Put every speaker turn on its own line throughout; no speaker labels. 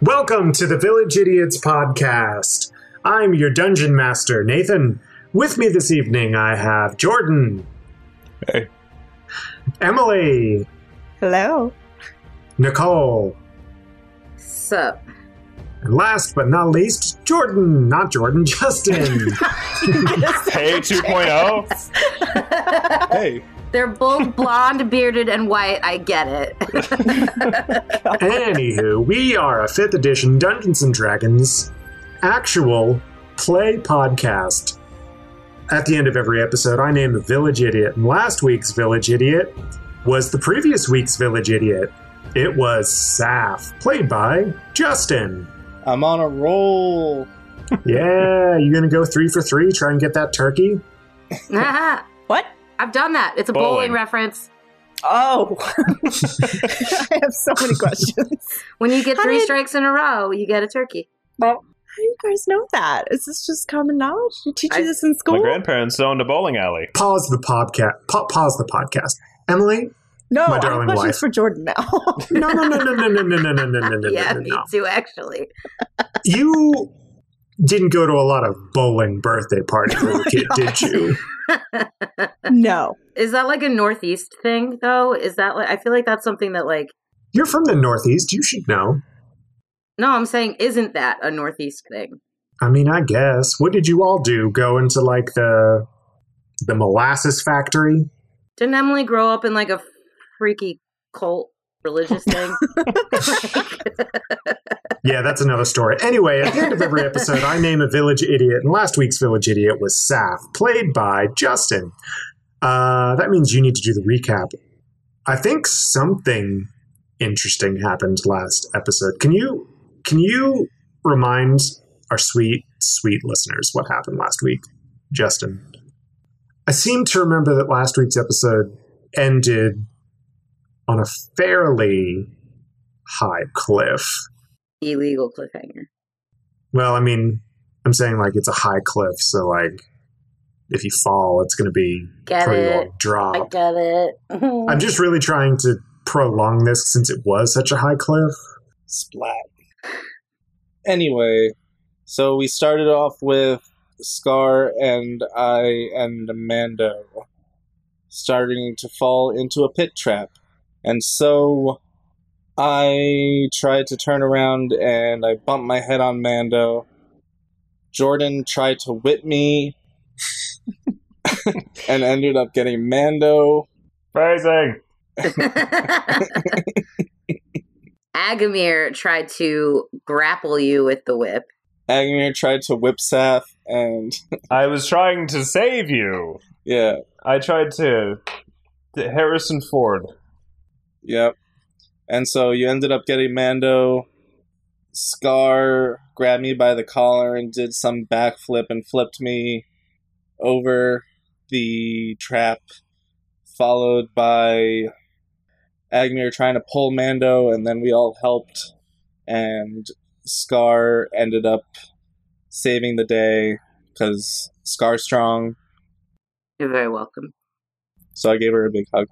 Welcome to the Village Idiots podcast. I'm your dungeon master, Nathan. With me this evening, I have Jordan.
Hey.
Emily,
Hello.
Nicole,
Sup.
and last but not least, Jordan. Not Jordan, Justin.
Hey oh? 2.0. hey.
They're both blonde, bearded, and white. I get it.
Anywho, we are a 5th edition Dungeons and Dragons actual play podcast. At the end of every episode, I name a village idiot, and last week's village idiot was the previous week's village idiot. It was Saf, played by Justin.
I'm on a roll.
Yeah, you gonna go three for three, try and get that turkey?
Ah,
What?
I've done that. It's a bowling,
Bowling.
reference.
Oh. I have so many questions.
When you get
How
three
did-
strikes in a row, you get a turkey.
How do you guys know that? Is this just common knowledge? You teach
I-
you this in
My
school?
grandparents owned a bowling alley.
Pause the podcast. Pa- pause the podcast. Emily?
no,
my
I have
darling
questions
wife.
for Jordan now.
No, no, no, no, no, no, no, no, no, no, no, no,
yeah,
no,
me
no.
too, actually.
you didn't go to a lot of bowling birthday parties as a kid, did you?
no.
Is that like a Northeast thing, though? Is that like, I feel like that's something that, like,
You're from the Northeast. You should know.
no, I'm saying, isn't that a Northeast thing?
I mean, I guess. What did you all do? Go into like the the molasses factory?
Didn't Emily grow up in like a freaky cult religious thing?
Yeah, that's another story. Anyway, at the end of every episode, I name a village idiot, and last week's village idiot was Saf, played by Justin. Uh, that means you need to do the recap. I think something interesting happened last episode. Can you can you remind our sweet sweet listeners what happened last week, Justin? I seem to remember that last week's episode ended on a fairly high cliff.
Illegal cliffhanger.
Well, I mean, I'm saying like it's a high cliff, so like if you fall, it's going to be
Get
pretty
it.
long
I
drop.
get it.
I'm just really trying to prolong this since it was such a high cliff.
Splat. Anyway, so we started off with Scar and I and Amando starting to fall into a pit trap. And so I tried to turn around and I bumped my head on Mando. Jordan tried to whip me and ended up getting Mando.
Amazing.
Agamir tried to grapple you with the whip.
Agnir tried to whip Saf and
I was trying to save you.
yeah,
I tried to. to Harrison Ford.
Yep. And so you ended up getting Mando. Scar grabbed me by the collar and did some backflip and flipped me over the trap, followed by Agnew trying to pull Mando, and then we all helped. And Scar ended up saving the day because Scar's strong.
You're very welcome.
So I gave her a big hug.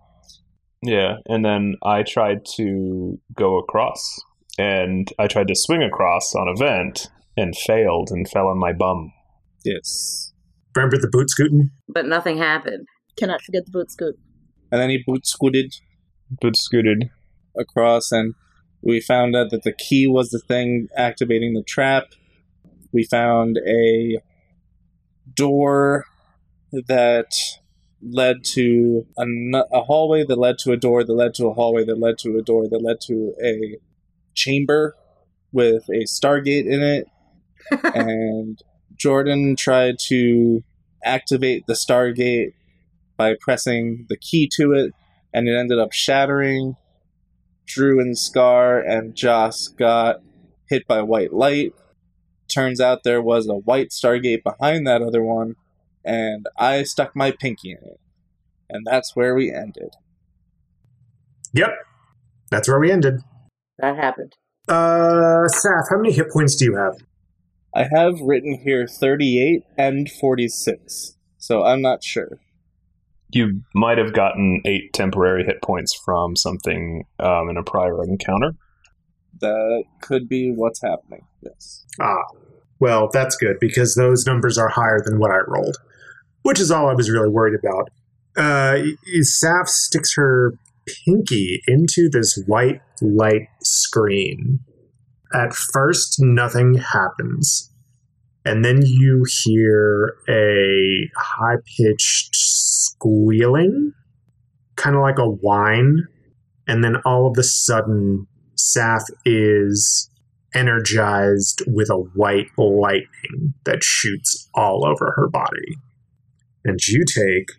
Yeah, and then I tried to go across. And I tried to swing across on a vent and failed and fell on my bum.
Yes.
Remember the boot scooting?
But nothing happened.
Cannot forget the boot scoop.
And then he boot scooted
But scooted.
across and we found out that the key was the thing activating the trap. We found a door that led to a, nu- a hallway that led to a door that led to a hallway that led to a door that led to a chamber with a stargate in it and Jordan tried to activate the stargate by pressing the key to it and it ended up shattering Drew and Scar and Joss got hit by white light. Turns out there was a white Stargate behind that other one, and I stuck my pinky in it. And that's where we ended.
Yep. That's where we ended.
That happened.
Uh, Saf, how many hit points do you have?
I have written here 38 and 46, so I'm not sure.
You might have gotten eight temporary hit points from something um, in a prior encounter.
That could be what's happening. Yes.
Ah, well, that's good because those numbers are higher than what I rolled, which is all I was really worried about. Uh, Saf sticks her pinky into this white light screen. At first, nothing happens. And then you hear a high pitched squealing, kind of like a whine. And then all of a sudden, Saf is energized with a white lightning that shoots all over her body. And you take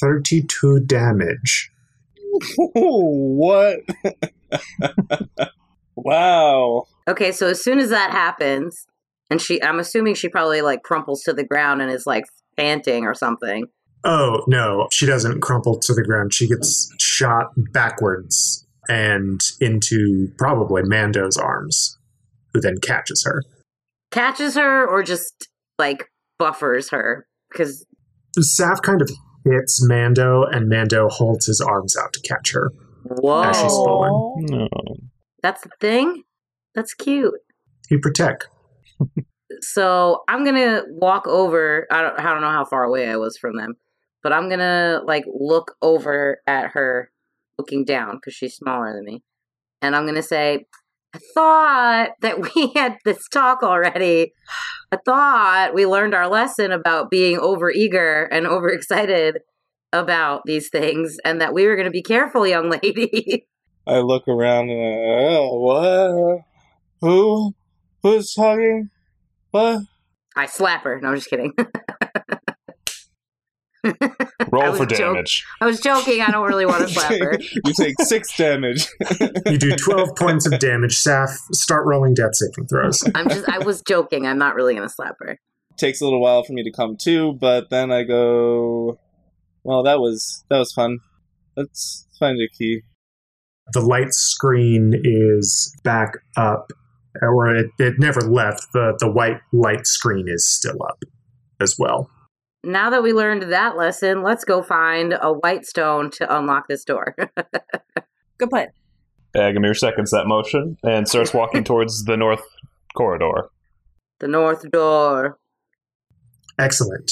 32 damage.
what? wow.
Okay, so as soon as that happens, and she, I'm assuming she probably like crumples to the ground and is like panting or something.
Oh, no, she doesn't crumple to the ground. She gets shot backwards and into probably Mando's arms, who then catches her.
Catches her or just like buffers her because
Saf kind of hits Mando, and Mando holds his arms out to catch her.
whoa,
As
Oh.
she's falling.
No.
that's the thing. That's cute.
You protect.
so I'm gonna walk over. I don't, I don't know how far away I was from them, but I'm gonna like look over at her, looking down because she's smaller than me, and I'm gonna say, "I thought that we had this talk already. I thought we learned our lesson about being overeager and overexcited about these things, and that we were gonna be careful, young lady."
I look around and I, oh, what? Who? Who's talking? What?
I slap her. No, I'm just kidding. I
Roll
was
for
joking.
damage.
I was joking. I don't really want to slap her.
you take six damage.
You do 12 points of damage. Saf, start rolling death saving throws.
I'm just I was joking. I'm not really gonna slap her.
takes a little while for me to come to, but then I go. Well, that was that was fun. Let's find a key.
The light screen is back up, or it, it never left. The, the white light screen is still up as well.
Now that we learned that lesson, let's go find a white stone to unlock this door.
Good plan.
Agamir seconds that motion and starts walking towards the north corridor.
the north door.
Excellent.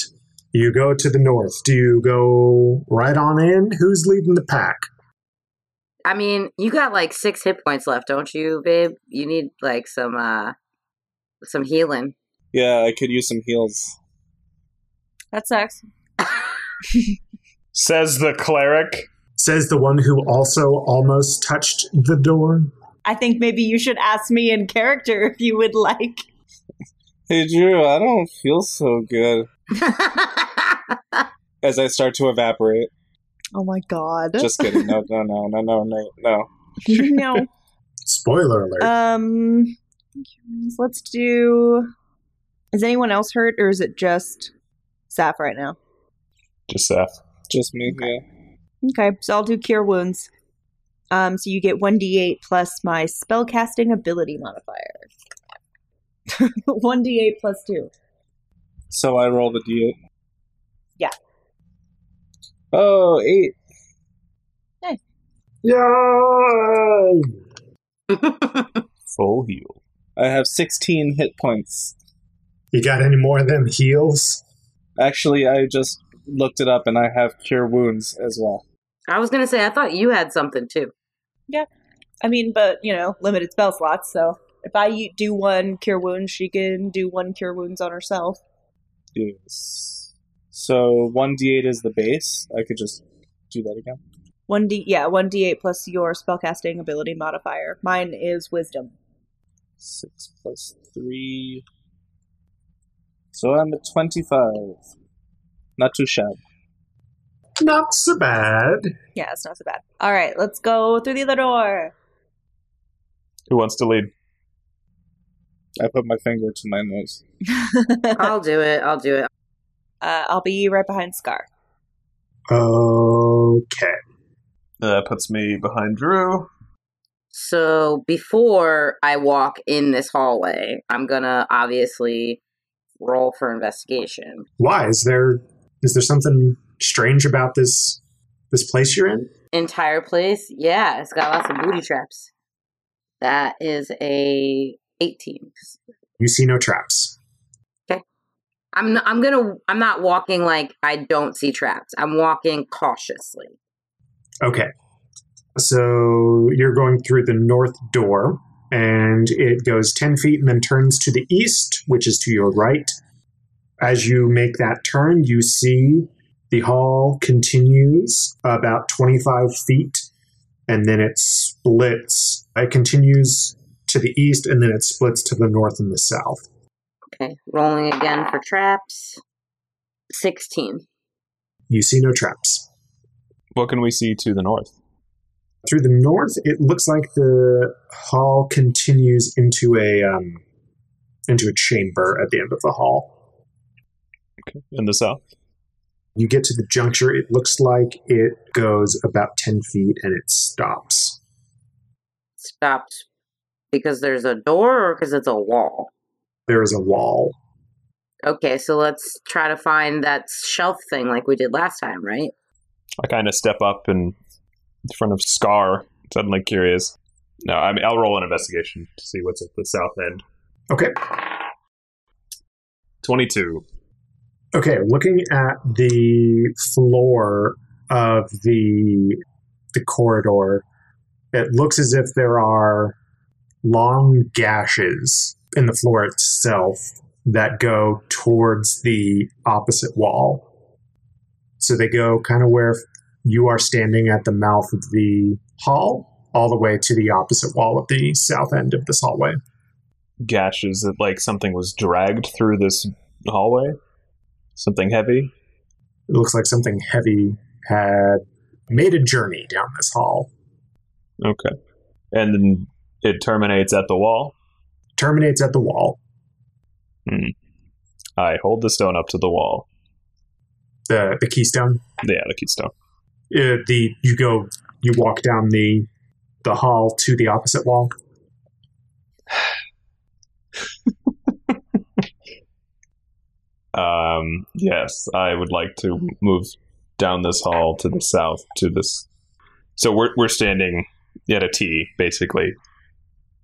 You go to the north. Do you go right on in? Who's leading the pack?
I mean, you got like six hit points left, don't you, babe? You need like some uh some healing.
Yeah, I could use some heals.
That sucks.
Says the cleric.
Says the one who also almost touched the door.
I think maybe you should ask me in character if you would like.
Hey Drew, I don't feel so good.
I
As I start to evaporate.
Oh my god.
Just kidding. No, no, no, no, no, no, no.
no.
Spoiler alert.
Um let's do Is anyone else hurt or is it just Saf right now?
Just Seth.
Just me. Yeah.
Okay, so I'll do cure wounds. Um so you get 1d8 plus my spellcasting ability modifier. 1d8 plus 2.
So I roll the d8.
Yeah.
Oh, eight.
Yay!
Full heal.
I have sixteen hit points.
You got any more of them heals?
Actually, I just looked it up, and I have cure wounds as well.
was gonna say I thought you had something too.
I mean, but you know, limited spell slots, so if I u- do one cure wound, she can do one cure wounds on herself.
Yes. So one d8 is the base. I could just do that again.
One d yeah, one d eight plus your spellcasting ability modifier. Mine is wisdom.
Six plus three. So I'm at twenty-five. Not too shabby.
Not so bad.
Yeah, it's not so bad. All right, let's go through the other door.
Who wants to lead?
I put my finger to my nose.
I'll do it. I'll do it.
Uh, I'll be right behind Scar.
Okay.
That Uh, puts me behind Drew.
So before I walk in this hallway, I'm gonna obviously roll for investigation.
Why is there is there something strange about this this place you're in?
Entire place, yeah, it's got lots of booty traps. That is a 18.
You see no traps.
I'm n- I'm gonna I'm not walking like I don't see traps. I'm walking cautiously.
Okay. So you're going through the north door, and it goes 10 feet and then turns to the east, which is to your right. As you make that turn, you see the hall continues about 25 feet, and then it splits. It continues to the east, and then it splits to the north and the south.
Okay, rolling again for traps. 16.
You see no traps.
What can we see to the north?
through the north, it looks like the hall continues into a um, into a chamber at the end of the hall.
Okay. In the south?
You get to the juncture. It looks like it goes about ten feet and it stops.
Stopped because there's a door or because it's a wall.
There is a wall.
Okay, so let's try to find that shelf thing like we did last time, right?
I kind of step up and in front of Scar, suddenly curious. No, I mean, I'll roll an investigation to see what's at the south end.
Okay.
22.
Okay, looking at the floor of the the corridor, it looks as if there are long gashes in the floor itself that go towards the opposite wall. So they go kind of where you are standing at the mouth of the hall, all the way to the opposite wall of the south end of this hallway.
Gashes that like something was dragged through this hallway. Something heavy.
It looks like something heavy had made a journey down this hall.
Okay. And then it terminates at the wall.
terminates at the wall.
I hold the stone up to the wall.
The the keystone.
Yeah, the keystone.
Uh, the you go you walk down the the hall to the opposite wall.
Um, yes, I would like to move down this hall to the south to this. So we're we're standing at a T, basically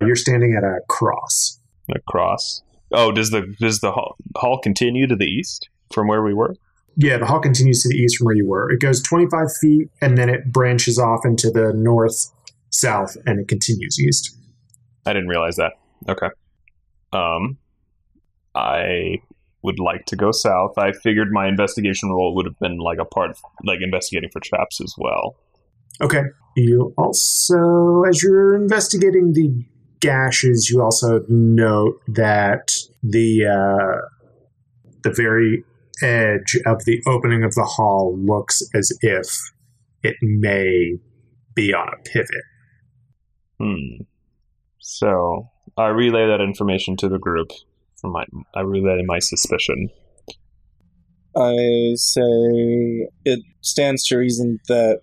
You're standing at a cross.
across. Oh, does the does the hall, hall continue to the east from where we were?
Yeah, the hall continues to the east from where you were. It goes 25 feet and then it branches off into the north, south, and it continues east.
I didn't realize that. Okay. Um, I would like to go south. I figured my investigation role would have been like a part of like investigating for traps as well.
Okay. You also, as you're investigating the gashes, you also note that the uh, the very edge of the opening of the hall looks as if it may be on a pivot.
Hmm. So I relay that information to the group. For my, I relay my suspicion.
I say it stands to reason that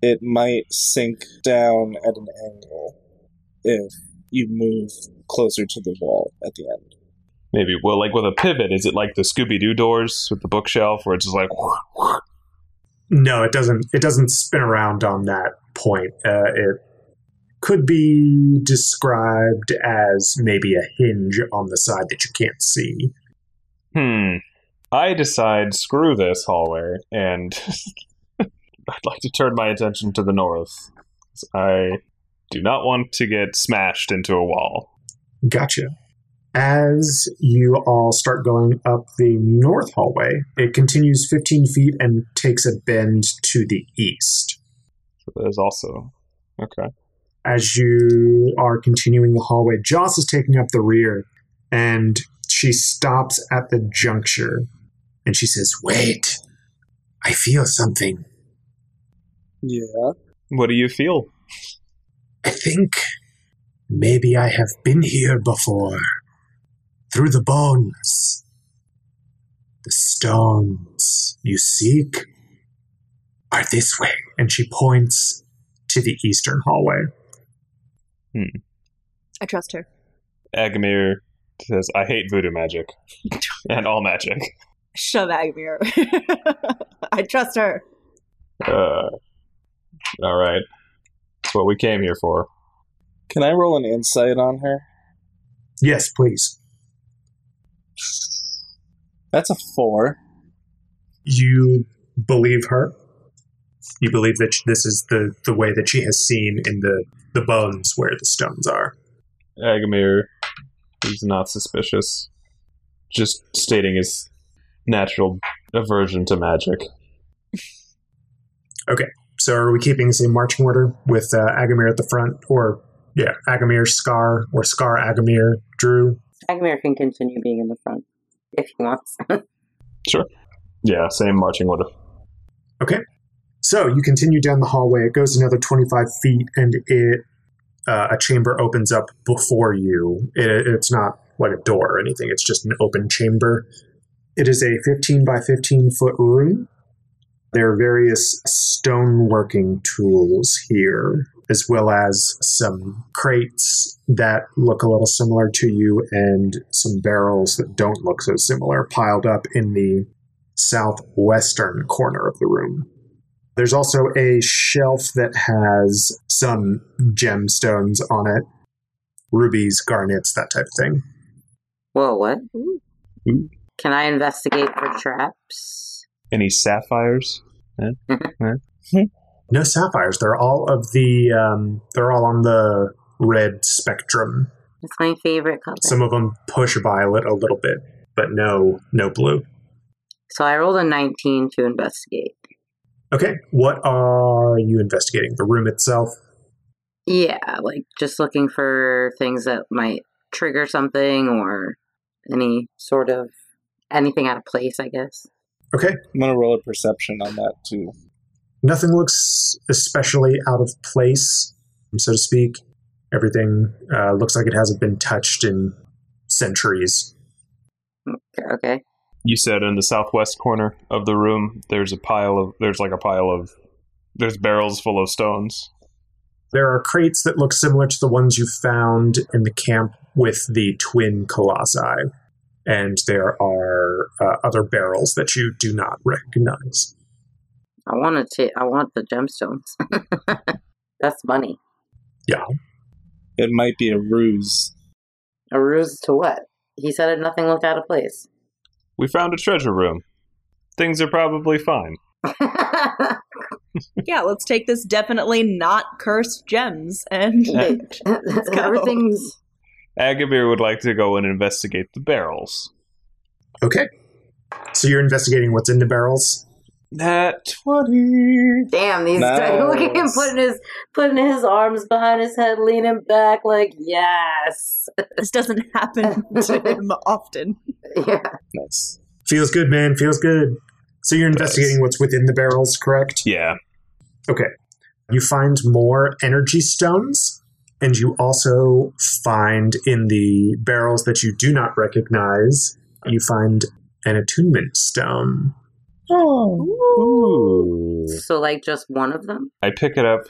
it might sink down at an angle if you move closer to the wall at the end.
Maybe well, like with a pivot, is it like the Scooby Doo doors with the bookshelf, where it's just like
No, it doesn't. It doesn't spin around on that point. Uh, it could be described as maybe a hinge on the side that you can't see.
hmm? I decide screw this hallway, and I'd like to turn my attention to the north. I do not want to get smashed into a wall.
Gotcha. As you all start going up the north hallway, it continues 15 feet and takes a bend to the east.
So there's also okay.
As you are continuing the hallway, Joss is taking up the rear and she stops at the juncture and she says, Wait, I feel something.
Yeah.
What do you feel?
I think maybe I have been here before. Through the bones. The stones you seek are this way. And she points to the eastern hallway.
I trust her.
Agamir says, "I hate voodoo magic and all magic."
Shove Agamir. I trust her.
Uh, all right. That's what we came here for.
Can I roll an insight on her?
Yes, please.
That's a four.
You believe her. You believe that this is the, the way that she has seen in the, the bones where the stones are.
Agamir is not suspicious, just stating his natural aversion to magic.
So are we keeping the same marching order with uh, Agamir at the front? Or, yeah, Agamir, Scar, or Scar, Agamir, Drew?
Agamir can continue being in the front if he wants.
Yeah, same marching order.
So you continue down the hallway. It goes another 25 feet, and it uh, a chamber opens up before you. It, it's not like a door or anything. It's just an open chamber. It is a 15 by 15 foot room. There are various stoneworking tools here, as well as some crates that look a little similar to you, and some barrels that don't look so similar, piled up in the southwestern corner of the room. There's also a shelf that has some gemstones on it rubies, garnets, that type of thing.
Whoa, what?
Ooh.
Can I investigate for traps?
Any sapphires?
No sapphires. They're all of the, um, they're all on the red spectrum.
That's my favorite color.
Some of them push violet a little bit, but no, no blue.
so I rolled a 19 to investigate.
Okay, what are you investigating? The room itself?
Yeah, like just looking for things that might trigger something or any sort of anything out of place, I guess.
Okay,
I'm gonna roll a perception on that too.
nothing looks especially out of place, so to speak. Everything uh, looks like it hasn't been touched in centuries.
Okay, Okay.
You said in the southwest corner of the room, there's a pile of, there's like a pile of, there's barrels full of stones.
There are crates that look similar to the ones you found in the camp with the twin colossi, and there are uh, other barrels that you do not recognize.
I want to. I want the gemstones. That's money.
It might be a ruse.
A ruse to what? He said it. Nothing looked out of place.
We found a treasure room. Things are probably fine.
Yeah, let's take this definitely not cursed gems and go.
Everything's
Agamir would like to go and investigate the barrels.
Okay. So you're investigating what's in the barrels?
Nat 20.
damn. These
Nice.
look at him putting his putting his arms behind his head, leaning back, like yes,
This doesn't happen to him often.
yeah.
Nice.
Feels good, man. Feels good. So you're investigating what's within the barrels, correct?
Yeah.
You find more energy stones, and you also find in the barrels that you do not recognize, you find an attunement stone.
Oh. Ooh.
So like just one of them.
I pick it up.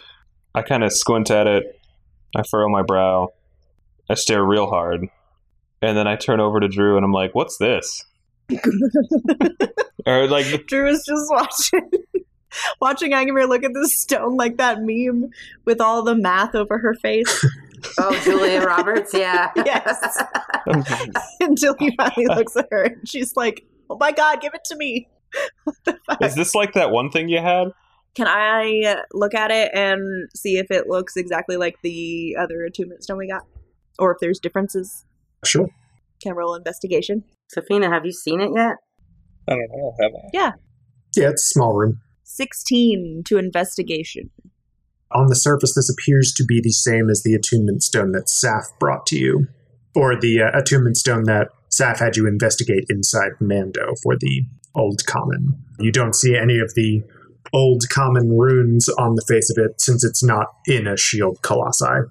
I kind of squint at it. I furrow my brow. I stare real hard. And then I turn over to Drew and I'm like, what's this? or like,
Drew is just watching watching Agamir look at this stone like that meme with all the math over her face.
Oh, Julia Roberts. Yeah.
Yes. Until he finally looks at her and she's like, Oh my god, give it to me.
is this like that one thing you had?
Can I look at it and see if it looks exactly like the other attunement stone we got? Or if there's differences?
Sure.
Can I roll investigation?
Safina, have you seen it yet?
I don't know. Have I?
Yeah, it's a small room.
16 to investigation.
On the surface, this appears to be the same as the attunement stone that Saf brought to you, or the uh, attunement stone that Saf had you investigate inside Mando for the Old Common. You don't see any of the Old Common runes on the face of it since it's not in a shield colossi.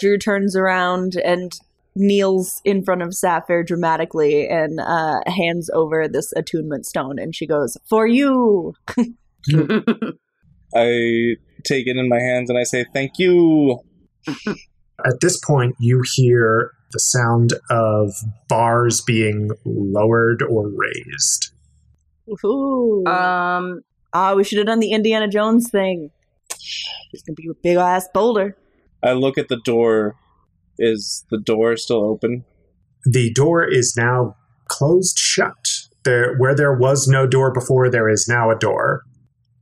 Drew turns around and kneels in front of Sapphire dramatically and uh, hands over this attunement stone, and she goes, "For you."
I take it in my hands and I say thank you.
At this point, you hear the sound of bars being lowered or raised.
Ooh.
um.
Ah, we should have done the Indiana Jones thing. It's gonna be a big ass boulder.
I look at the door. Is the door still open?
The door is now closed shut. There, where there was no door before, there is now a door,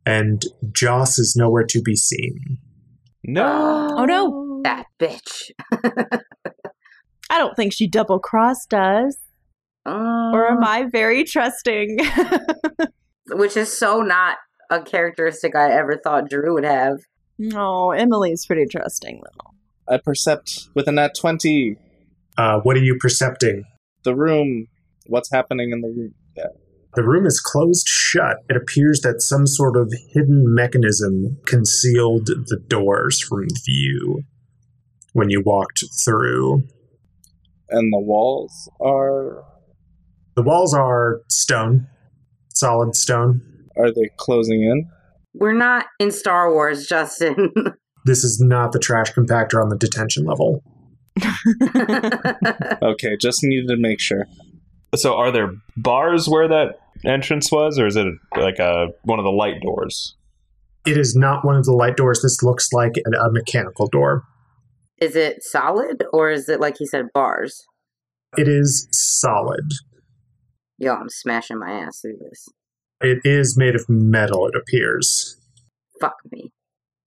and Joss is nowhere to be seen.
No.
Oh, no.
That bitch.
I don't think she double crossed us.
Um,
Or am I very trusting?
Which is so not a characteristic I ever thought Drew would have.
no, Emily's pretty trusting though.
I percept with a nat 20
Uh, what are you percepting?
the room. What's happening in the room?
The room is closed shut. It appears that some sort of hidden mechanism concealed the doors from view when you walked through.
And the walls are.
The walls are stone, solid stone.
Are they closing in?
We're not in Star Wars, Justin.
This is not the trash compactor on the detention level.
Okay, just needed to make sure.
So are there bars where that entrance was, or is it like a one of the light doors?
It is not one of the light doors. This looks like an, a mechanical door.
is it solid or is it like he said bars?
It is solid.
Yo, I'm smashing my ass through this.
It is made of metal, it appears.
Fuck me.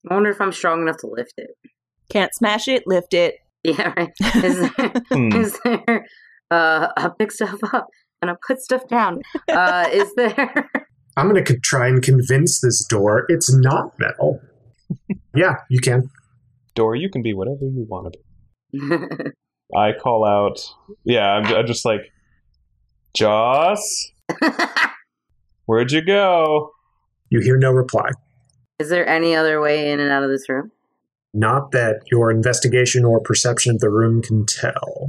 I wonder if I'm strong enough to lift it.
Can't smash it, lift it.
Yeah, right. Is there,
Hmm.
is there uh, I pick stuff up and I put stuff down. Uh, is there?
I'm going to try and convince this door it's not metal. yeah, you can.
Door, you can be whatever you want to be. I call out. Yeah, I'm, I'm just like, Joss, where'd you go?
You hear no reply.
is there any other way in and out of this room?
Not that your investigation or perception of the room can tell.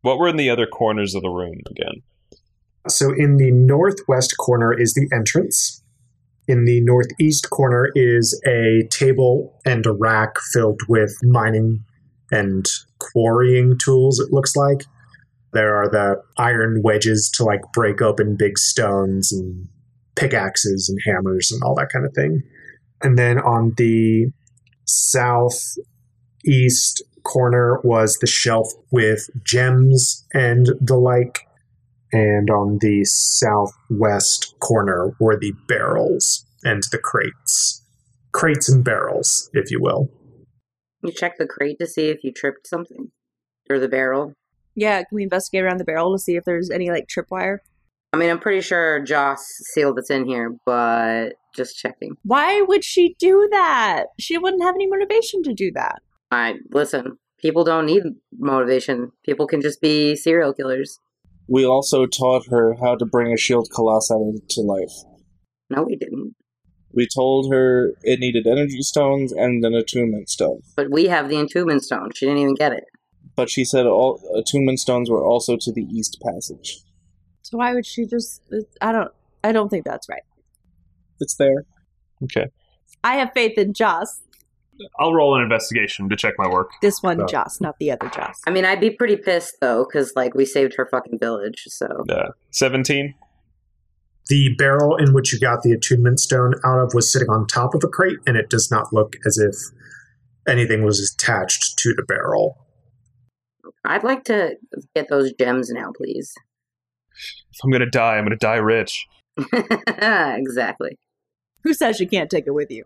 What were in the other corners of the room again?
So, in the northwest corner is the entrance. In the northeast corner is a table and a rack filled with mining and quarrying tools, it looks like. There are the iron wedges to like break open big stones and pickaxes and hammers and all that kind of thing. And then on the southeast corner was the shelf with gems and the like and on the southwest corner were the barrels and the crates. Crates and barrels, if you will.
You check the crate to see if you tripped something or the barrel.
Yeah, can we investigate around the barrel to see if there's any like tripwire?
I mean, I'm pretty sure Joss sealed it's in here, but just checking.
Why would she do that? She wouldn't have any motivation to do that.
I listen. People don't need motivation. People can just be serial killers.
We also taught her how to bring a shield colossi to life.
No, we didn't.
We told her it needed energy stones and an attunement stone.
But we have the entombment stone. She didn't even get it.
But she said all attunement stones were also to the east passage.
So why would she just I don't I don't think that's right.
It's there.
Okay,
I have faith in Joss.
I'll roll an investigation to check my work.
This one
Oh.
Joss, not the other Joss.
I mean, I'd be pretty pissed though, because like we saved her fucking village. So
Seventeen.
The barrel in which you got the attunement stone out of was sitting on top of a crate, and it does not look as if anything was attached to the barrel.
I'd like to get those gems now, please.
If I'm gonna die, I'm gonna die rich.
exactly.
Who says you can't take it with you?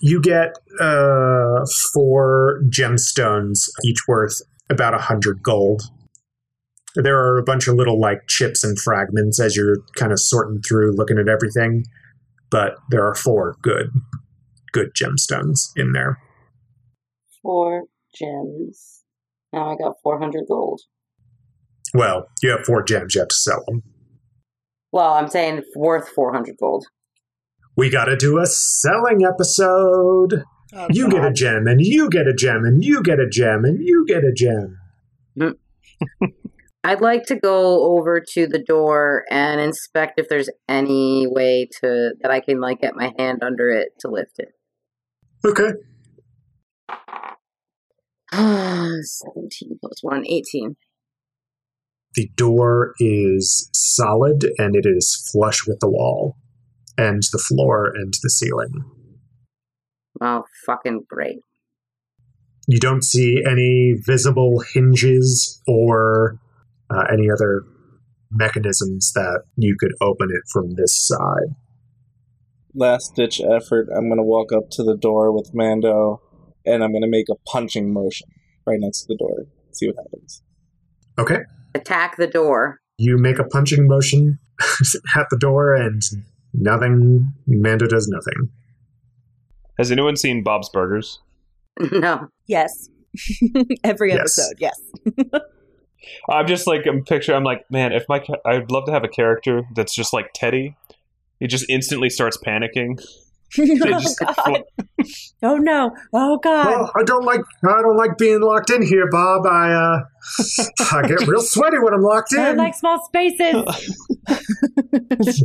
You get uh, four gemstones, each worth about a hundred gold. There are a bunch of little like chips and fragments as you're kind of sorting through, looking at everything. But there are four good, good gemstones in there.
Four gems. Now I got four hundred gold.
Well, you have four gems. You have to sell them.
Well, I'm saying worth four hundred gold.
We got to do a selling episode. You get a gem, and you get a gem, and you get a gem, and you get a gem.
I'd like to go over to the door and inspect if there's any way to that I can like get my hand under it to lift it.
Okay.
17 plus 1, 18.
The door is solid and it is flush with the wall and the floor and the ceiling.
Oh, fucking great.
You don't see any visible hinges or uh, any other mechanisms that you could open it from this side.
Last ditch effort, I'm going to walk up to the door with Mando and I'm going to make a punching motion right next to the door. See what happens.
Okay.
Attack the door.
You make a punching motion at the door, and nothing. Mando does nothing.
Has anyone seen Bob's Burgers?
no.
Yes. Every
Yes.
episode, yes.
I'm just like I'm picture. I'm like, man, if my ca- I'd love to have a character that's just like Teddy. He just instantly starts panicking. They just-
oh, God. oh no. Oh god.
Well, I don't like I don't like being locked in here, Bob. I uh, I get real sweaty when I'm locked
I
in.
don't like small spaces.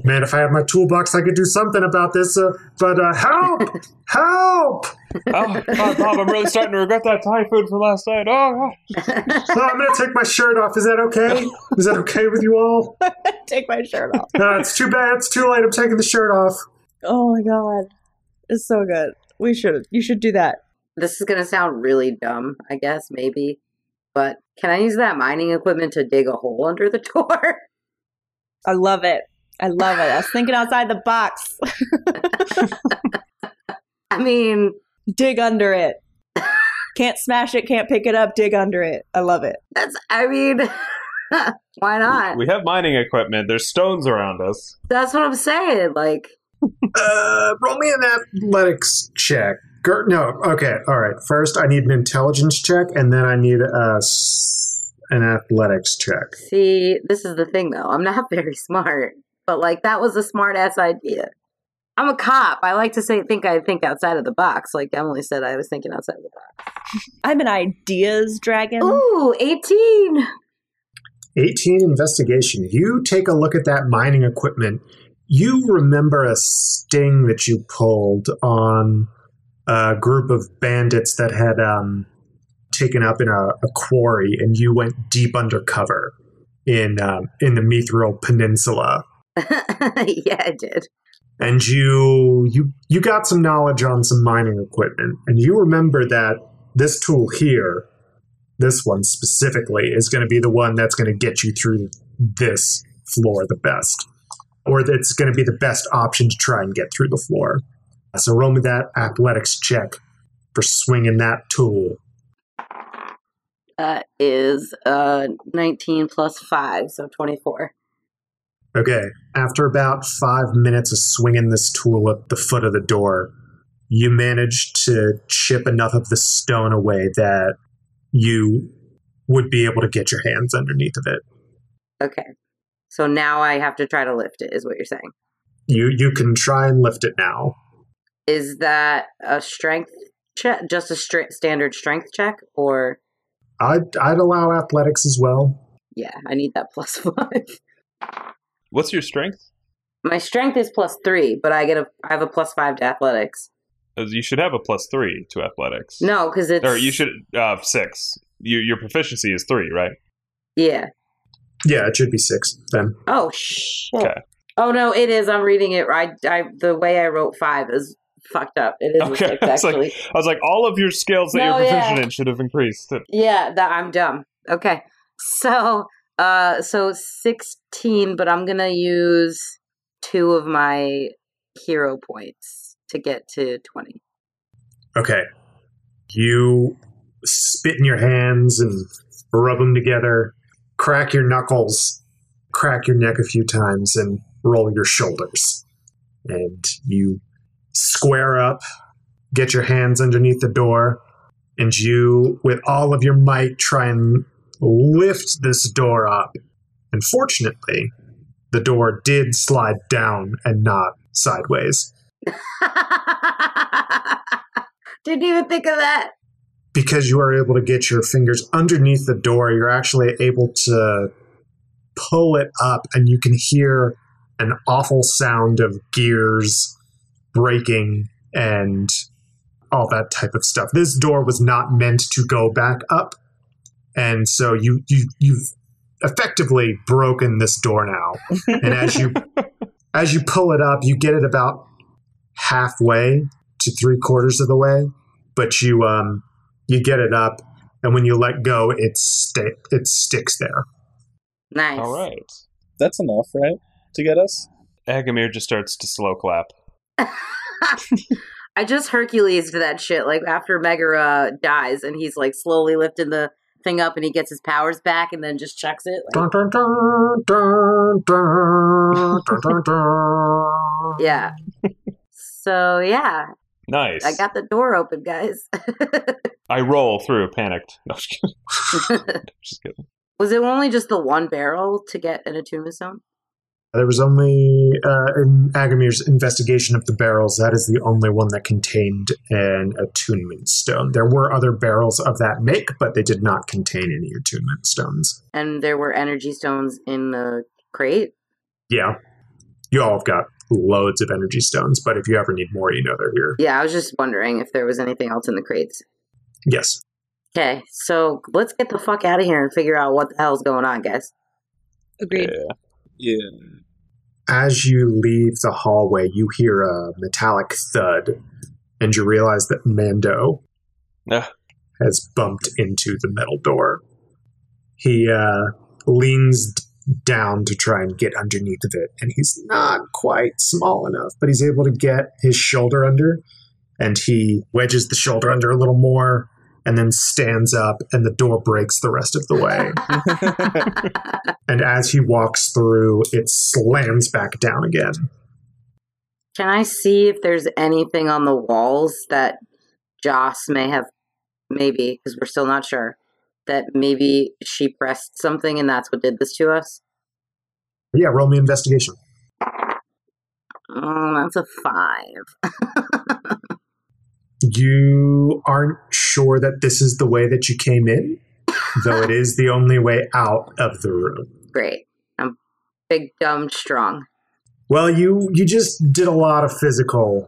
Man, if I had my toolbox, I could do something about this. Uh, but uh, help, help!
oh, God, Bob, I'm really starting to regret that Thai food from last night. Oh, God.
Oh, I'm gonna take my shirt off. Is that okay? Is that okay with you all?
Take my shirt off.
Uh, it's too bad. It's too late. I'm taking the shirt off.
Oh my god. It's so good. We should you should do that.
This is going to sound really dumb, I guess, maybe. But can I use that mining equipment to dig a hole under the door?
I love it. I love it. I was thinking outside the box.
I mean,
dig under it. Can't smash it, can't pick it up, dig under it. I love it.
that's, I mean, why not?
We have mining equipment. There's stones around us.
That's what I'm saying. Like,
Uh, roll me an athletics check. Ger- no, okay, all right. First, I need an intelligence check, and then I need a s- an athletics check.
see, this is the thing though. I'm not very smart, but like, that was a smart ass idea. I'm a cop. I like to say, think I think outside of the box. Like Emily said, I was thinking outside of the box.
I'm an ideas dragon.
Mm.
Ooh, 18.
18 investigation. You take a look at that mining equipment. You remember a sting that you pulled on a group of bandits that had um, taken up in a, a quarry, and you went deep undercover in um, in the Mithril Peninsula.
yeah, I did.
and you you you got some knowledge on some mining equipment and you remember that this tool here this one specifically is going to be the one that's going to get you through this floor the best or that's going to be the best option to try and get through the floor so roll me that athletics check for swinging that tool
That is uh, 19 plus 5, so 24.
Okay. After about five minutes of swinging this tool at the foot of the door, you manage to chip enough of the stone away that you would be able to get your hands underneath of it.
Okay. So now I have to try to lift it, is what you're saying.
You you can try and lift it now.
Is that a strength check, just a stra- standard strength check, or
I'd, I'd allow athletics as well.
yeah, I need that plus 5.
What's your strength?
My strength is plus 3, but I get a I have a plus 5 to athletics.
Uh, You should have a plus three to athletics.
No, cuz it's
Or you should, uh, six. Your, your proficiency is three, right?
Yeah.
Yeah, it should be six then.
Oh shit.
Okay.
Oh no, it is. I'm reading it. I, I the way I wrote 5 is fucked up. It is a
Okay,
six,
it's like-
actually.
I was like, all of your skills that
No,
you're
yeah.
proficient in should have increased.
Yeah, that I'm dumb. Okay. So uh so 16, but I'm going to use two of my hero points to get to 20.
Okay. You spit in your hands and rub them together, crack your knuckles, crack your neck a few times, and roll your shoulders. And you square up, get your hands underneath the door, and you, with all of your might, try and lift this door up. Unfortunately, the door did slide down and not sideways.
Didn't even think of that.
because you are able to get your fingers underneath the door, you're actually able to pull it up, and you can hear an awful sound of gears breaking and all that type of stuff. This door was not meant to go back up, and so you you you've effectively broken this door now. And as you as you pull it up, you get it about halfway, to three quarters of the way, but you um, you get it up, and when you let go, it sta- it sticks there.
Nice.
All right.
That's enough, right? To get us?
Agamir just starts to slow clap.
I just Hercules to that shit. Like after Megara dies, and he's like slowly lifting the thing up, and he gets his powers back, and then just chucks it. like-
Dun, dun, dun, dun, dun, dun, dun, dun.
yeah. so yeah,
Nice.
I got the door open, guys.
I roll through, panicked. No, just kidding. Just kidding.
Was it only just the one barrel to get an attunement stone?
There was only uh, in Agamir's investigation of the barrels. That is the only one that contained an attunement stone. There were other barrels of that make, but they did not contain any attunement stones.
And there were energy stones in the crate.
Yeah, you all have got loads of energy stones, but if you ever need more, you know they're here.
Yeah, I was just wondering if there was anything else in the crates.
Yes.
Okay, so let's get the fuck out of here and figure out what the hell's going on, guys.
Agreed.
Yeah.
Yeah.
As you leave the hallway, you hear a metallic thud, and you realize that Mando
Ugh.
has bumped into the metal door. He uh, leans d- down to try and get underneath of it, and he's not quite small enough, but he's able to get his shoulder under, and he wedges the shoulder under a little more, and then stands up, and the door breaks the rest of the way. and as he walks through, it slams back down again.
Can I see if there's anything on the walls that Joss may have, maybe, because we're still not sure, that maybe she pressed something and that's what did this to us?
Yeah, roll me investigation.
Oh, that's a five.
You aren't sure that this is the way that you came in, though it is the only way out of the room.
Great. I'm big, dumb, strong.
Well, you you just did a lot of physical,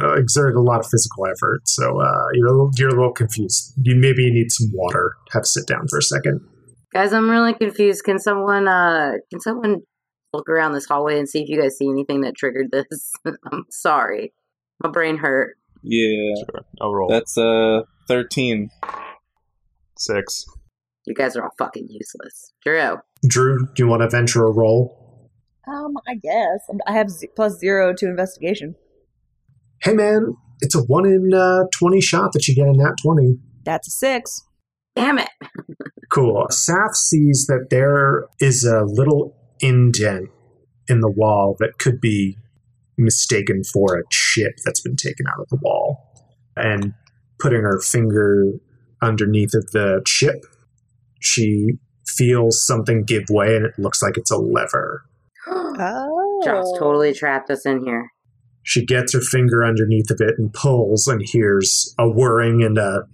uh, exerted a lot of physical effort, so uh, you're a little, you're a little confused. You maybe you need some water. Have to sit down for a second.
Guys, I'm really confused. Can someone, uh, can someone look around this hallway and see if you guys see anything that triggered this? I'm sorry. My brain hurt.
Yeah.
Sure. I'll roll.
That's uh, 13.
Six.
You guys are all fucking useless. Drew.
Drew, do you want to venture a roll?
Um, I guess I have z- plus zero to investigation.
Hey, man, it's a one in uh, twenty shot that you get in that twenty.
That's a six.
Damn it.
Cool. Saf sees that there is a little indent in the wall that could be mistaken for a chip that's been taken out of the wall. And putting her finger underneath of the chip, she feels something give way and it looks like it's a lever.
Oh,
Joss totally trapped us in here.
She gets her finger underneath of it and pulls and hears a whirring and a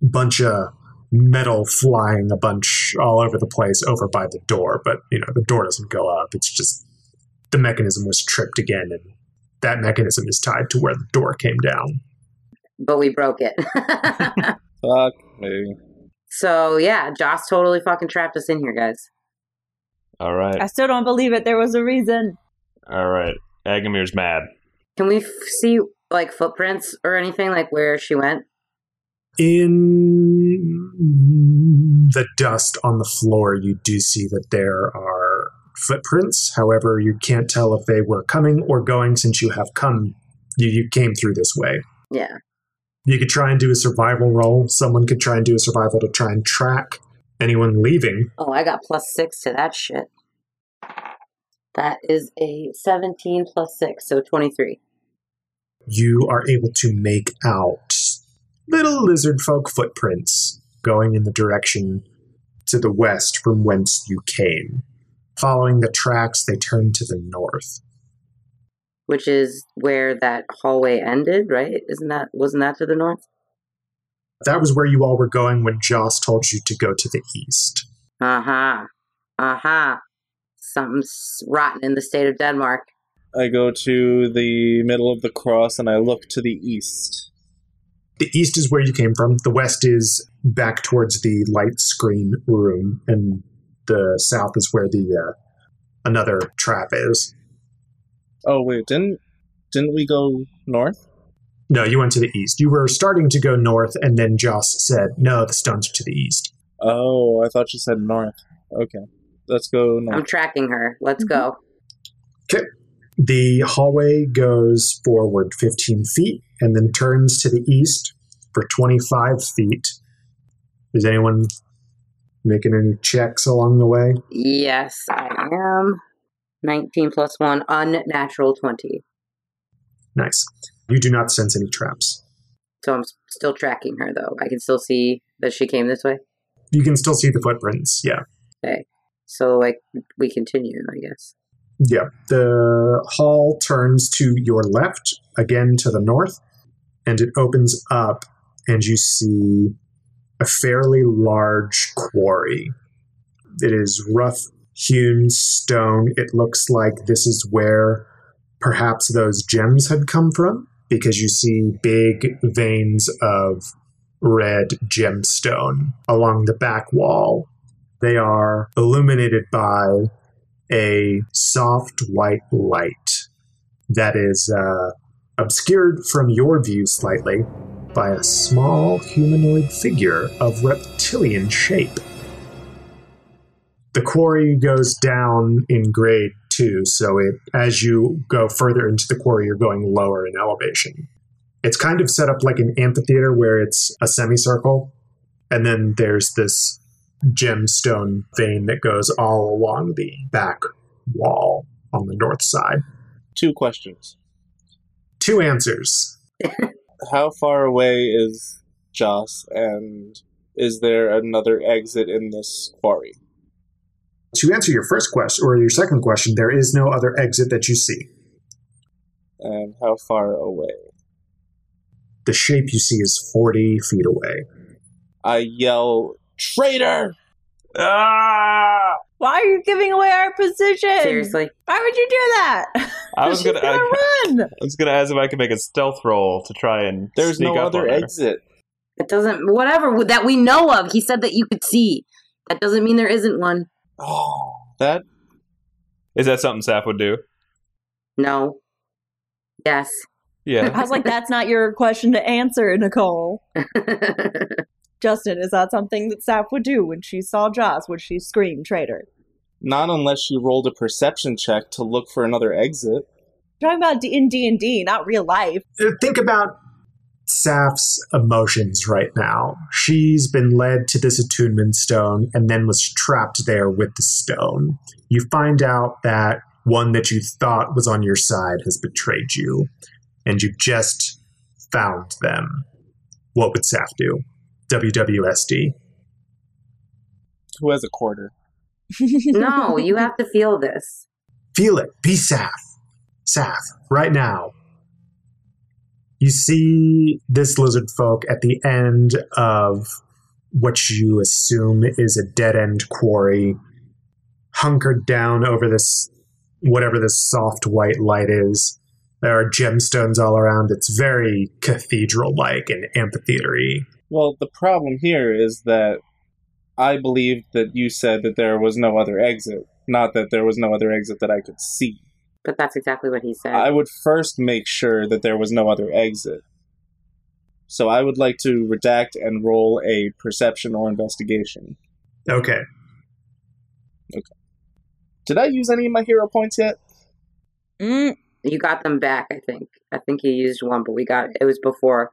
bunch of metal flying a bunch all over the place over by the door. But, you know, the door doesn't go up. It's just the mechanism was tripped again and that mechanism is tied to where the door came down.
but we broke it.
Fuck me.
so yeah, Joss totally fucking trapped us in here, guys.
All right.
I still don't believe it. There was a reason.
All right. Agamir's mad.
Can we f- see like footprints or anything like where she went?
In the dust on the floor, you do see that there are footprints. However, you can't tell if they were coming or going since you have come. You, you came through this way.
Yeah.
You could try and do a survival roll. Someone could try and do a survival to try and track anyone leaving.
Oh, I got plus six to that shit. That is a seventeen plus six, so twenty-three.
You are able to make out little lizard folk footprints going in the direction to the west from whence you came. Following the tracks, they turn to the north.
Which is where that hallway ended, right? Isn't that wasn't that to the north?
That was where you all were going when Joss told you to go to the east.
Uh huh. Uh huh. Something's rotten in the state of Denmark.
I go to the middle of the cross and I look to the east.
The east is where you came from. The west is back towards the light screen room, and the south is where the uh, another trap is.
Oh wait, didn't didn't we go north?
No, you went to the east. You were starting to go north, and then Joss said, "No, the stones are to the east."
Oh, I thought you said north. Okay. Let's go
I'm
north.
tracking her. Let's
Mhm.
go.
The hallway goes forward 15 feet and then turns to the east for 25 feet. Is anyone making any checks along the way?
Yes, I am. 19 plus 1, unnatural 20.
Nice. You do not sense any traps.
So I'm s- still tracking her, though. I can still see that she came this way.
You can still see the footprints. Yeah.
So, like, we continue, I guess.
Yeah. The hall turns to your left, again to the north, and it opens up, and you see a fairly large quarry. It is rough hewn stone. It looks like this is where perhaps those gems had come from, because you see big veins of red gemstone along the back wall. They are illuminated by a soft white light that is uh, obscured from your view slightly by a small humanoid figure of reptilian shape. The quarry goes down in grade too, so it as you go further into the quarry, you're going lower in elevation. It's kind of set up like an amphitheater where it's a semicircle, and then there's this gemstone vein that goes all along the back wall on the north side.
Two questions.
Two answers.
How far away is Joss and is there another exit in this quarry?
To answer your first question or your second question, there is no other exit that you see.
And how far away?
The shape you see is 40 feet away.
I yell, "Traitor!"
Ah!
Why are you giving away our position?
Seriously?
Why would you do that?
I was
She's
gonna, I,
run.
I was gonna ask if I could make a stealth roll to try and
There's
sneak
no
up
other
on her.
exit.
It doesn't, whatever that we know of. He said that you could see. That doesn't mean there isn't one.
Oh, that
Is that something Saf would do?
No. Yes.
Yeah.
I was like, that's not your question to answer, Nicole. Justin, is that something that Sap would do when she saw Joss? Would she scream traitor?
not unless she rolled a perception check to look for another exit.
We're talking about D- in D and D, not real life.
Uh, Think about Saf's emotions right now. She's been led to this attunement stone and then was trapped there with the stone. You find out that one that you thought was on your side has betrayed you, and you just found them. What would Saf do? WWSD.
Who has a quarter?
no, you have to feel this.
Feel it. Be Saf. Saf, right now. You see this lizard folk at the end of what you assume is a dead end quarry, hunkered down over this, whatever this soft white light is. There are gemstones all around. It's very cathedral like and amphitheater y.
Well, the problem here is that I believed that you said that there was no other exit, not that there was no other exit that I could see.
But that's exactly what he said.
I would first make sure that there was no other exit. So I would like to redact and roll a perception or investigation.
Okay.
Did I use any of my hero points yet?
Mm,
you got them back, I think. I think you used one, but we got it was before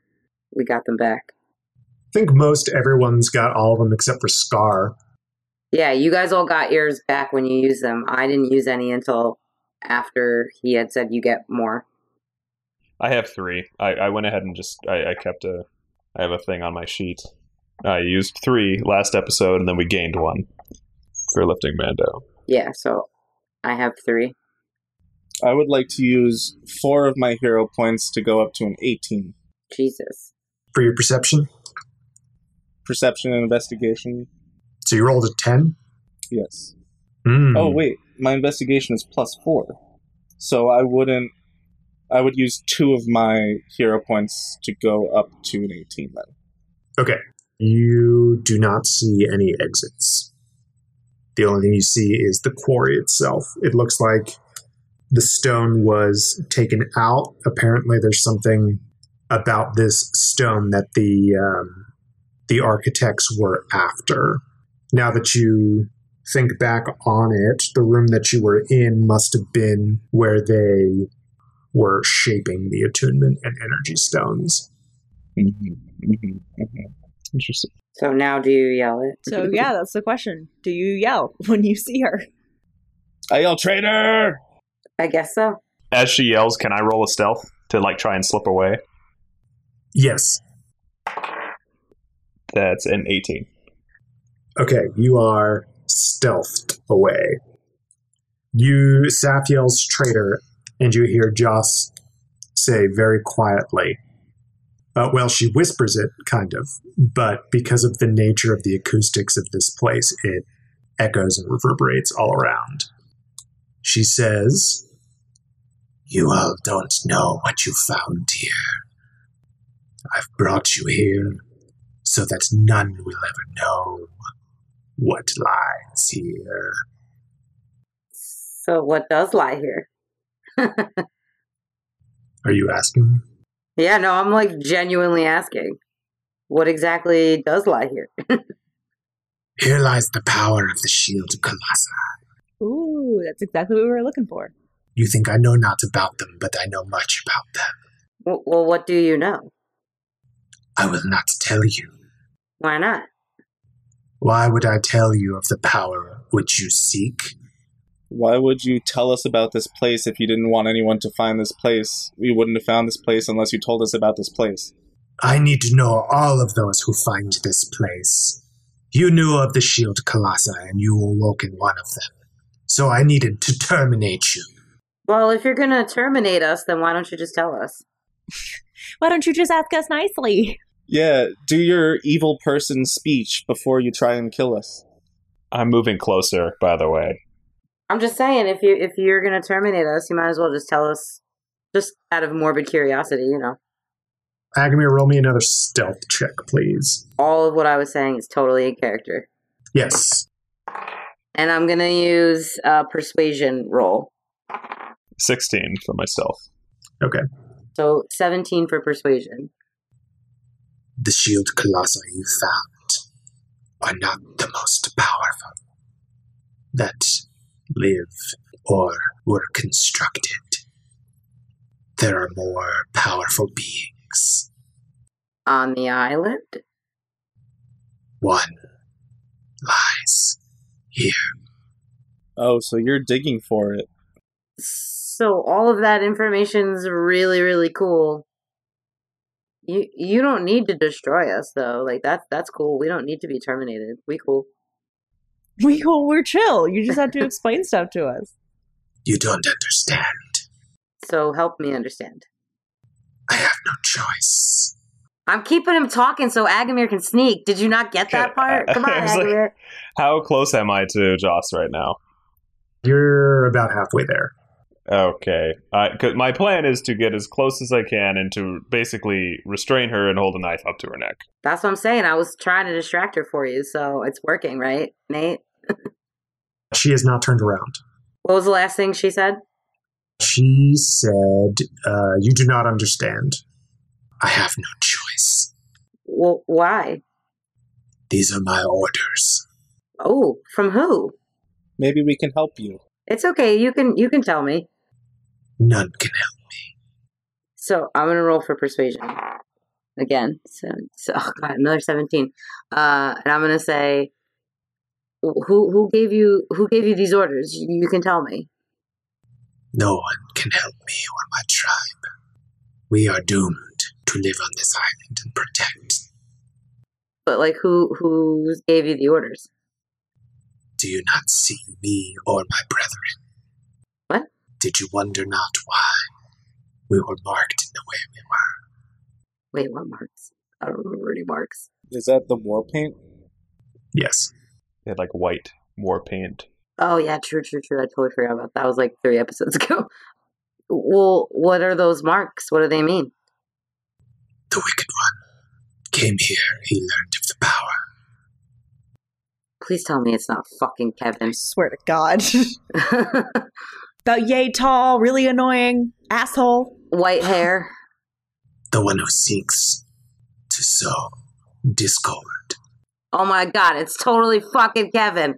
we got them back.
I think most everyone's got all of them except for Scar.
Yeah, you guys all got yours back when you used them. I didn't use any until after he had said you get more.
I have three. I, I went ahead and just I, I kept a I have a thing on my sheet. I used three last episode, and then we gained one for lifting Mando.
Yeah, so I have three.
I would like to use four of my hero points to go up to an 18.
Jesus.
For your perception.
Perception and investigation?
So you rolled a 10?
Yes.
Mm.
Oh, wait. My investigation is plus four. So I wouldn't. I would use two of my hero points to go up to an 18 then.
You do not see any exits. The only thing you see is the quarry itself. It looks like the stone was taken out. Apparently, there's something about this stone that the um, the architects were after. Now that you think back on it, the room that you were in must have been where they were shaping the attunement and energy stones.
Interesting.
So now do you yell it?
So yeah, that's the question. Do you yell when you see her?
I yell, traitor!
I guess so.
As she yells, can I roll a stealth to like try and slip away?
Yes.
That's an 18.
Okay, you are stealthed away. You Saf yells traitor, and you hear Joss say very quietly. Uh, well, she whispers it, kind of, but because of the nature of the acoustics of this place, it echoes and reverberates all around. She says, You all don't know what you found here. I've brought you here so that none will ever know what lies here.
So what does lie here?
Are you asking?
Yeah, no, I'm like genuinely asking. What exactly does lie here?
Here lies the power of the shield of Colossi.
Ooh, that's exactly what we were looking for.
You think I know not about them, but I know much about them.
W- Well, what do you know?
I will not tell you.
Why not?
Why would I tell you of the power which you seek?
Why would you tell us about this place if you didn't want anyone to find this place? We wouldn't have found this place unless you told us about this place.
I need to know all of those who find this place. You knew of the shield Colossi, and you awoke in one of them. So I needed to terminate you.
Well, if you're gonna terminate us, then why don't you just tell us?
Why don't you just ask us nicely?
Yeah, do your evil person speech before you try and kill us.
I'm moving closer, by the way.
I'm just saying, if you if you're gonna terminate us, you might as well just tell us, just out of morbid curiosity, you know.
Agamir, roll me another stealth check, please.
All of what I was saying is totally in character,
Yes.
and I'm gonna use uh, persuasion roll.
16 for myself.
So 17 for persuasion.
The shield Colossi you found are not the most powerful that live or were constructed. There are more powerful beings.
On the island,
One lies here.
Oh, so you're digging for it.
so all of that information's really really cool. You you don't need to destroy us though. Like that's that's cool. We don't need to be terminated. We cool.
We go, we're chill. You just have to explain stuff to us.
You don't understand.
So help me understand.
I have no choice.
I'm keeping him talking so Agamir can sneak. Did you not get that
Okay,
part?
I-
Come on,
I was like-
Agamir.
How close am I to Joss right now?
You're about halfway there.
Okay. I- 'cause my plan is to get as close as I can and to basically restrain her and hold a knife up to her neck.
That's what I'm saying. I was trying to distract her for you, so it's working, right, Nate?
She has not turned around.
What was the last thing she said?
She said, uh, You do not understand. I have no choice.
Well, why?
These are my orders.
Oh, from who?
Maybe we can help you.
It's okay. You can you can tell me.
None can help.
So I'm gonna roll for persuasion again. So, so oh god, another seventeen. Uh, and I'm gonna say, wh- who who gave you who gave you these orders? You, you can tell me.
No one can help me or my tribe. We are doomed to live on this island and protect.
But like, who who gave you the orders?
Do you not see me or my brethren?
What?
Did you wonder not why we were marked in the way we were?
Wait, what marks? I don't remember any marks.
Is that the war paint?
Yes.
They had like white war paint.
Oh yeah, true, true, true. I totally forgot about that. That was like three episodes ago. Well, what are those marks? What do they mean?
The Wicked One came here. He learned of the power.
Please tell me it's not fucking Kevin.
I swear to God.
White
About yay tall, really annoying asshole.
hair.
the one who seeks to sow discord.
Oh my god, it's totally fucking Kevin.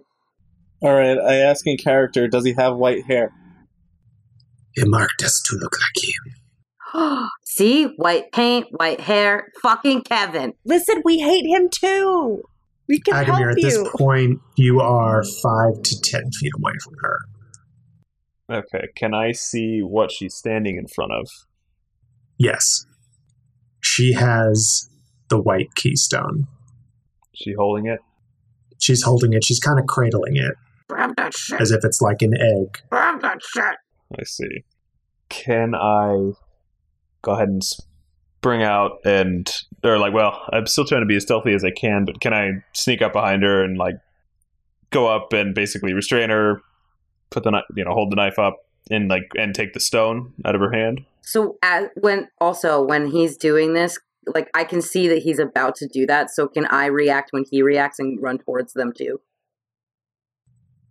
All right, I ask in character, does he have white hair?
He marked us to look like him.
See? White paint, white hair, fucking Kevin.
Listen, we hate him too. We can
Agamir,
help
at
you.
this point, you are five to ten feet away from her.
Okay, can I see what she's standing in front of?
Yes. She has the white keystone.
She holding it?
She's holding it, she's kind of cradling it
Grab that shit.
as if it's like an egg.
Grab that shit.
I see. Can I go ahead and spring out and or like well, I'm still trying to be as stealthy as I can, but can I sneak up behind her and like go up and basically restrain her, put the knife, you know, hold the knife up and like and take the stone out of her hand?
So as, when also when he's doing this, like I can see that he's about to do that. So can I react when he reacts and run towards them too?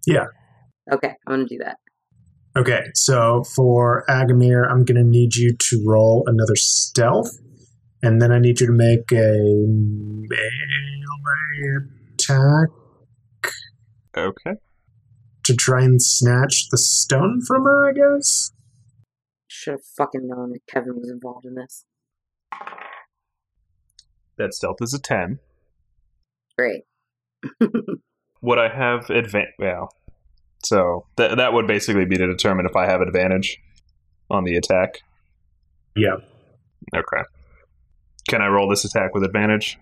Yeah.
Okay, I'm gonna do that.
Okay, so for Agamir, I'm going to need you to roll another stealth, and then I need you to make a melee attack
Okay.
to try and snatch the stone from her, I guess?
Should have fucking known that Kevin was involved in this.
That stealth is a ten.
Great.
Would I have advantage? Well, so that that would basically be to determine if I have advantage on the attack.
Yeah.
Okay. Can I roll this attack with advantage?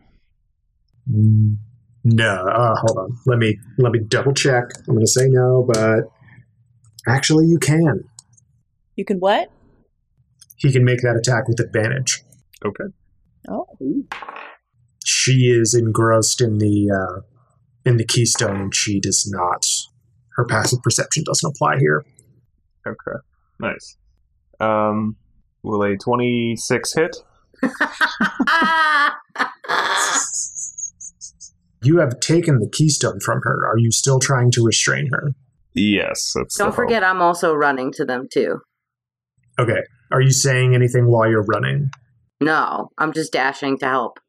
No, uh, hold on. Let me let me double check. I'm going to say no, but actually, you can.
You can what?
He can make that attack with advantage.
Oh,
She is engrossed in the uh, in the keystone, and she does not. Her passive perception doesn't apply here.
Okay. Nice. Um, will a 26 hit?
You have taken the keystone from her. Are you still trying to restrain her?
Yes. That's the
Don't
hope.
forget, I'm also running to them too.
Okay. Are you saying anything while you're running?
No, I'm just dashing to help.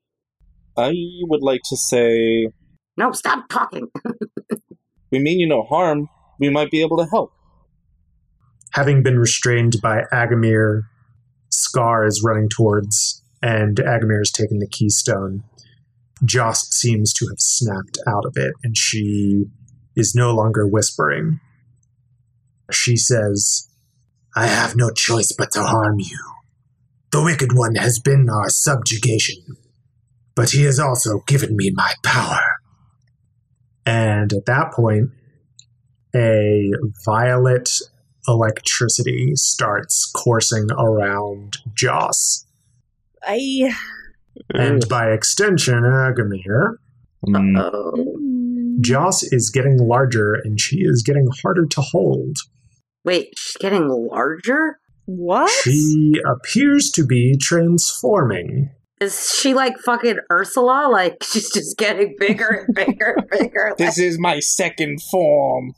I would like to say,
No, stop talking.
we mean you no harm. We might be able to help.
Having been restrained by Agamir, Scar is running towards, and Agamir is taking the keystone. Jost seems to have snapped out of it, and she is no longer whispering. She says, I have no choice but to harm you. The Wicked One has been our subjugation, but he has also given me my power. And at that point, a violet electricity starts coursing around Joss,
I.
Mm.
and by extension, Agamir.
Mm,
Oh,
Joss is getting larger, and she is getting harder to hold.
wait, she's getting larger.
What?
She appears to be transforming.
Is she like fucking Ursula? Like she's just getting bigger and bigger and bigger.
This is my second form.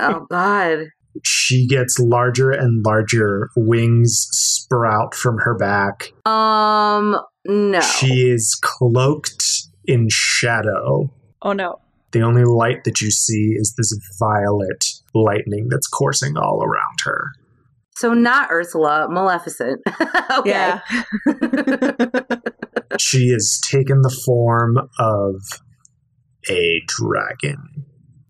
oh god.
She gets larger and larger. Wings sprout from her back.
Um, no.
She is cloaked in shadow.
Oh no.
The only light that you see is this violet lightning that's coursing all around her.
so not Ursula, Maleficent. okay.
Yeah.
she has taken the form of a dragon.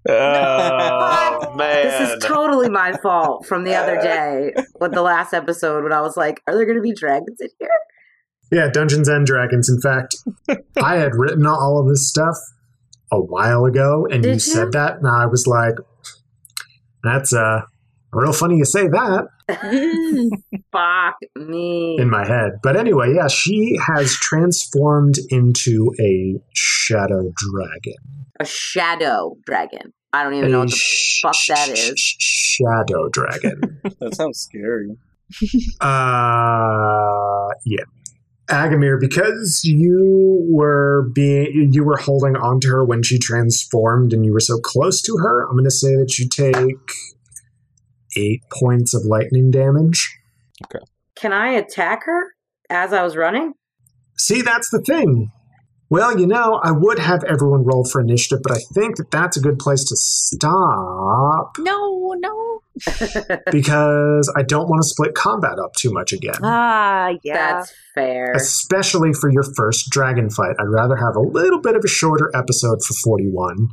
Oh, man.
This is totally my fault from the other day with the last episode when I was like, are there going to be dragons in here?
Yeah, Dungeons and Dragons. In fact, I had written all of this stuff a while ago, and you
Did you?
said that, and I was like, "That's uh, real funny you say that."
Mm.
Fuck me.
in my head. But anyway, yeah, she has transformed into a shadow dragon.
A shadow dragon. I don't even know
a
what the fuck that is.
Shadow dragon.
That sounds scary.
Uh, yeah. Agamir, because you were being you were holding on to her when she transformed and you were so close to her, I'm gonna say that you take eight points of lightning damage.
Can I attack her? as I was running?
See, that's the thing. Well, you know, I would have everyone roll for initiative, but I think that that's a good place to stop
No, no.
because I don't want to split combat up too much again.
Ah, yeah.
That's fair.
Especially for your first dragon fight. I'd rather have a little bit of a shorter episode for 41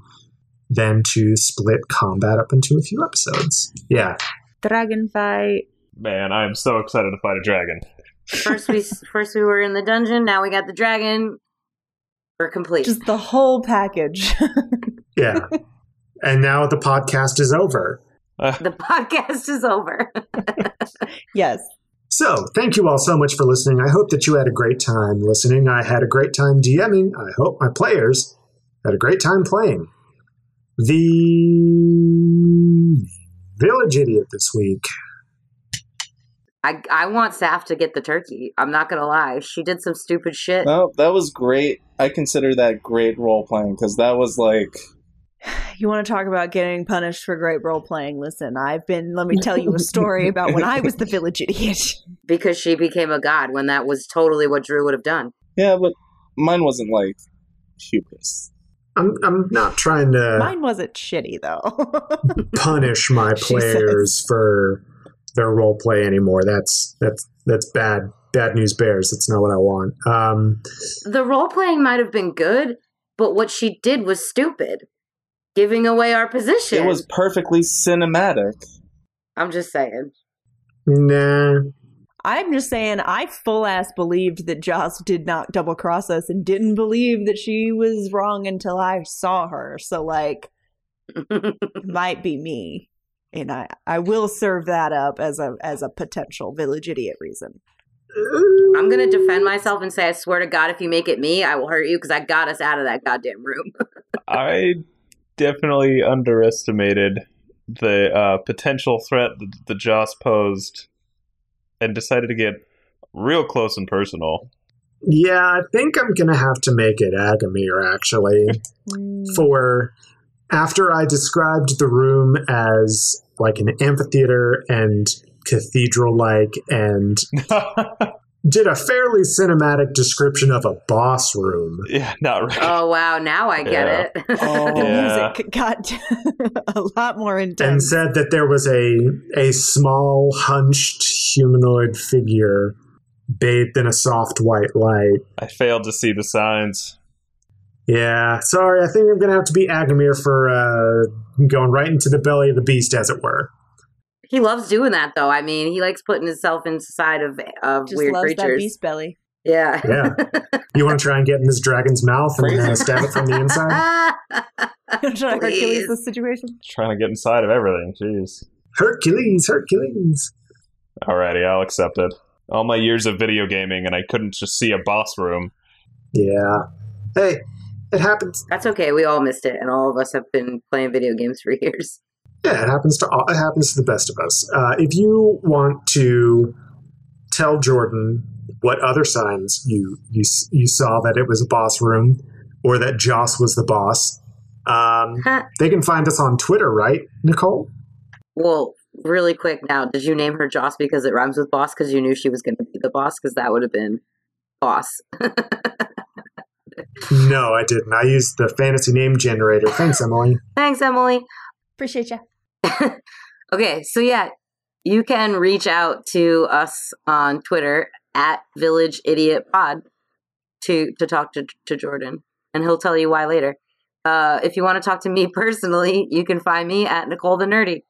than to split combat up into a few episodes. Yeah.
dragon fight.
Man, I am so excited to fight a dragon.
first we first we were in the dungeon. Now we got the dragon. We're complete.
Just the whole package.
Yeah. and now the podcast is over.
the podcast is over.
yes.
So, thank you all so much for listening. I hope that you had a great time listening. I had a great time DMing. I hope my players had a great time playing. The Village Idiot this week.
I I want Saf to get the turkey. I'm not gonna lie. She did some stupid shit.
No, that was great. I consider that great role playing because that was like
You want to talk about getting punished for great role playing? Listen, I've been, let me tell you a story about when I was the village idiot.
because she became a god when that was totally what Drew would have done.
yeah, but mine wasn't like hubris.
I'm, I'm not trying to
Mine wasn't shitty, though.
punish my
She says.
players for their role play anymore. That's that's that's bad bad news bears. That's not what I want. Um,
The role playing might have been good, but what she did was stupid. Giving away our position.
It was perfectly cinematic.
I'm just saying.
nah.
I'm just saying, I full ass believed that Joss did not double cross us and didn't believe that she was wrong until I saw her. So, like, it might be me. And I, I will serve that up as a as a potential village idiot reason.
I'm gonna defend myself and say, I swear to God, if you make it me, I will hurt you because I got us out of that goddamn room.
I definitely underestimated the uh, potential threat that the Joss posed and decided to get real close and personal.
Yeah, I think I'm gonna have to make it Agamir actually. for after I described the room as like an amphitheater and cathedral like and did a fairly cinematic description of a boss room.
yeah, not right.
oh wow, now I get
Yeah.
it.
Oh.
the
Yeah.
music got a lot more
And
intense.
said that there was a a small hunched humanoid figure bathed in a soft white light.
I failed to see the signs.
Yeah, sorry, I think I'm gonna have to be Agamir for uh, going right into the belly of the beast, as it were.
He loves doing that though. I mean, he likes putting himself inside of of
Just
weird
loves that
creatures.
beast belly.
Yeah.
Yeah, you want to try and get in this dragon's mouth and uh,
Crazy.
stab it from the inside?
Should I Hercules
Please.
this situation?
Trying to get inside of everything. Jeez.
Hercules, Hercules.
Alrighty, I'll accept it. All my years of video gaming, and I couldn't just see a boss room.
Yeah. Hey, it happens.
That's okay. We all missed it, and all of us have been playing video games for years.
Yeah, it happens to all, it happens to the best of us. Uh, if you want to tell Jordan what other signs you you s- you saw that it was a boss room or that Joss was the boss, um,
Huh.
they can find us on Twitter, right, Nicole?
Well, really quick now, did you name her Joss because it rhymes with boss? Because you knew she was going to be the boss? Because that would have been boss.
No, I didn't. I used the fantasy name generator. Thanks, Emily.
Thanks, Emily.
Appreciate you.
Okay, so yeah, you can reach out to us on Twitter at Village Idiot Pod to to talk to to Jordan, and he'll tell you why later. Uh, if you want to talk to me personally, you can find me at Nicole the Nerdy.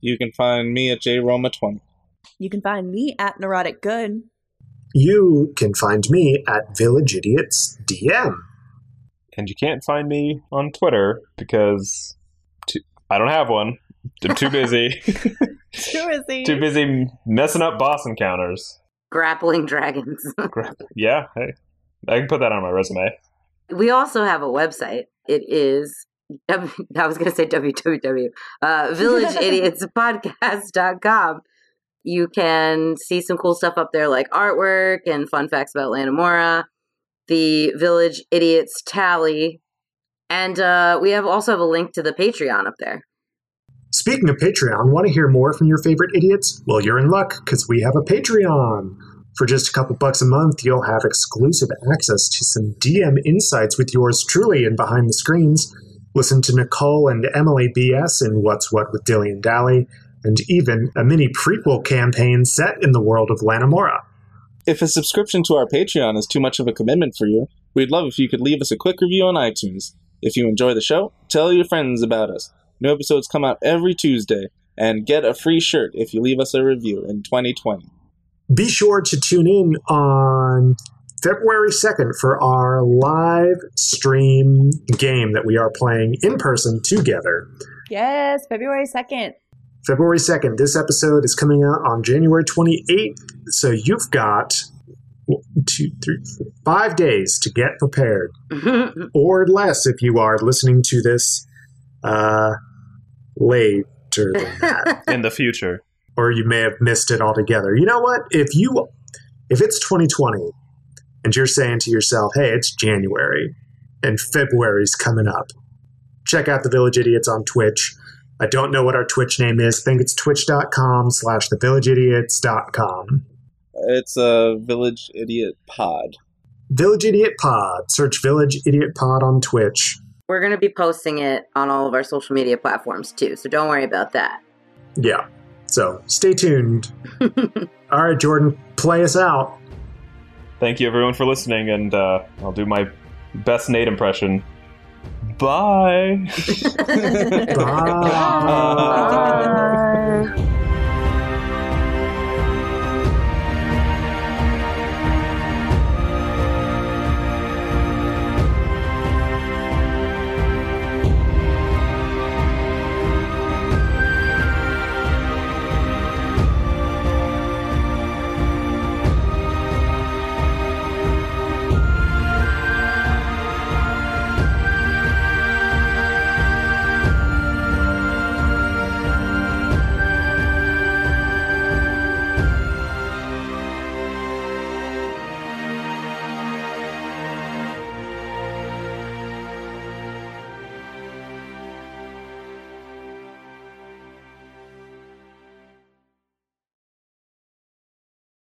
You can find me at jroma20.
You can find me at Neurotic Good.
You can find me at Village Idiots DM.
And you can't find me on Twitter because too, I don't have one. I'm too busy.
Who is he?
too busy messing up boss encounters.
Grappling Dragons.
Yeah, hey, I can put that on my resume.
we also have a website. It is w- I was going to say www uh, villageidiotspodcast.com. You can see some cool stuff up there like artwork and fun facts about Lanamora, the Village Idiots tally, and uh, we have also have a link to the Patreon up there.
Speaking of Patreon, want to hear more from your favorite idiots? Well, you're in luck because we have a Patreon. For just a couple bucks a month, you'll have exclusive access to some DM insights with yours truly and behind the screens. Listen to Nicole and Emily BS in What's What with Dilly and Dally, and even a mini prequel campaign set in the world of Lanamora.
If a subscription to our Patreon is too much of a commitment for you, we'd love if you could leave us a quick review on iTunes. If you enjoy the show, tell your friends about us. New episodes come out every Tuesday, and get a free shirt if you leave us a review in 2020.
Be sure to tune in on February 2nd for our live stream game that we are playing in person together.
Yes, February 2nd.
February 2nd, this episode is coming out on January 28th. So you've got one, two, three, four, five days to get prepared, or less if you are listening to this uh, later than that.
in the future.
or you may have missed it altogether. You know what? If you if it's 2020 and you're saying to yourself, "Hey, it's January and February's coming up." Check out the Village Idiots on Twitch. I don't know what our Twitch name is. I think it's twitch.com slash thevillageidiots.com.
It's a Village Idiot Pod.
Village Idiot Pod. Search Village Idiot Pod on Twitch.
We're going to be posting it on all of our social media platforms too, so don't worry about that.
Yeah. So stay tuned. All right, Jordan, play us out.
Thank you, everyone, for listening, and uh, I'll do my best Nate impression. Bye.
Bye.
Ah.
Bye.